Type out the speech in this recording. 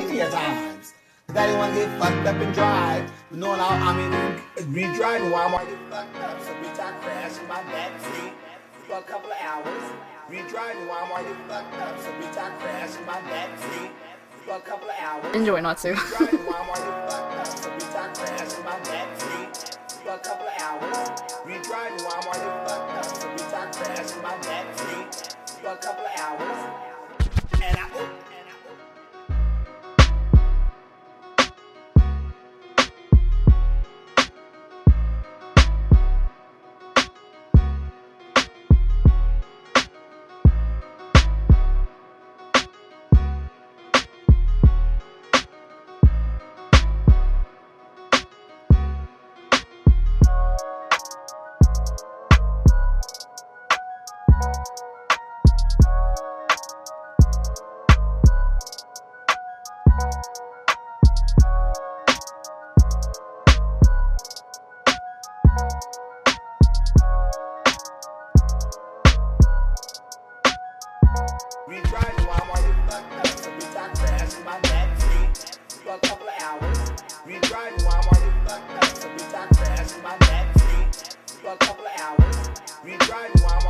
plenty of times. Daddy wanna get fucked up and drive. You know now I'm in redriving while I'm already fucked up. So bitch, I crash in my backseat for a couple of hours. Redriving while I'm already fucked up. So bitch, I crash in my backseat for a couple of hours. Enjoy Natsu. Redriving while I'm already fucked up. So bitch, I crash in my backseat for a couple of hours. Redriving while I'm already fucked up. So bitch, I crash in my backseat for a couple of hours. And I. We driving while I'm already fucked up, so bitch I crash in my backseat for a couple of hours. We driving while I'm already fucked up, so bitch I crash in my backseat for a couple of hours. We driving while I'm oh,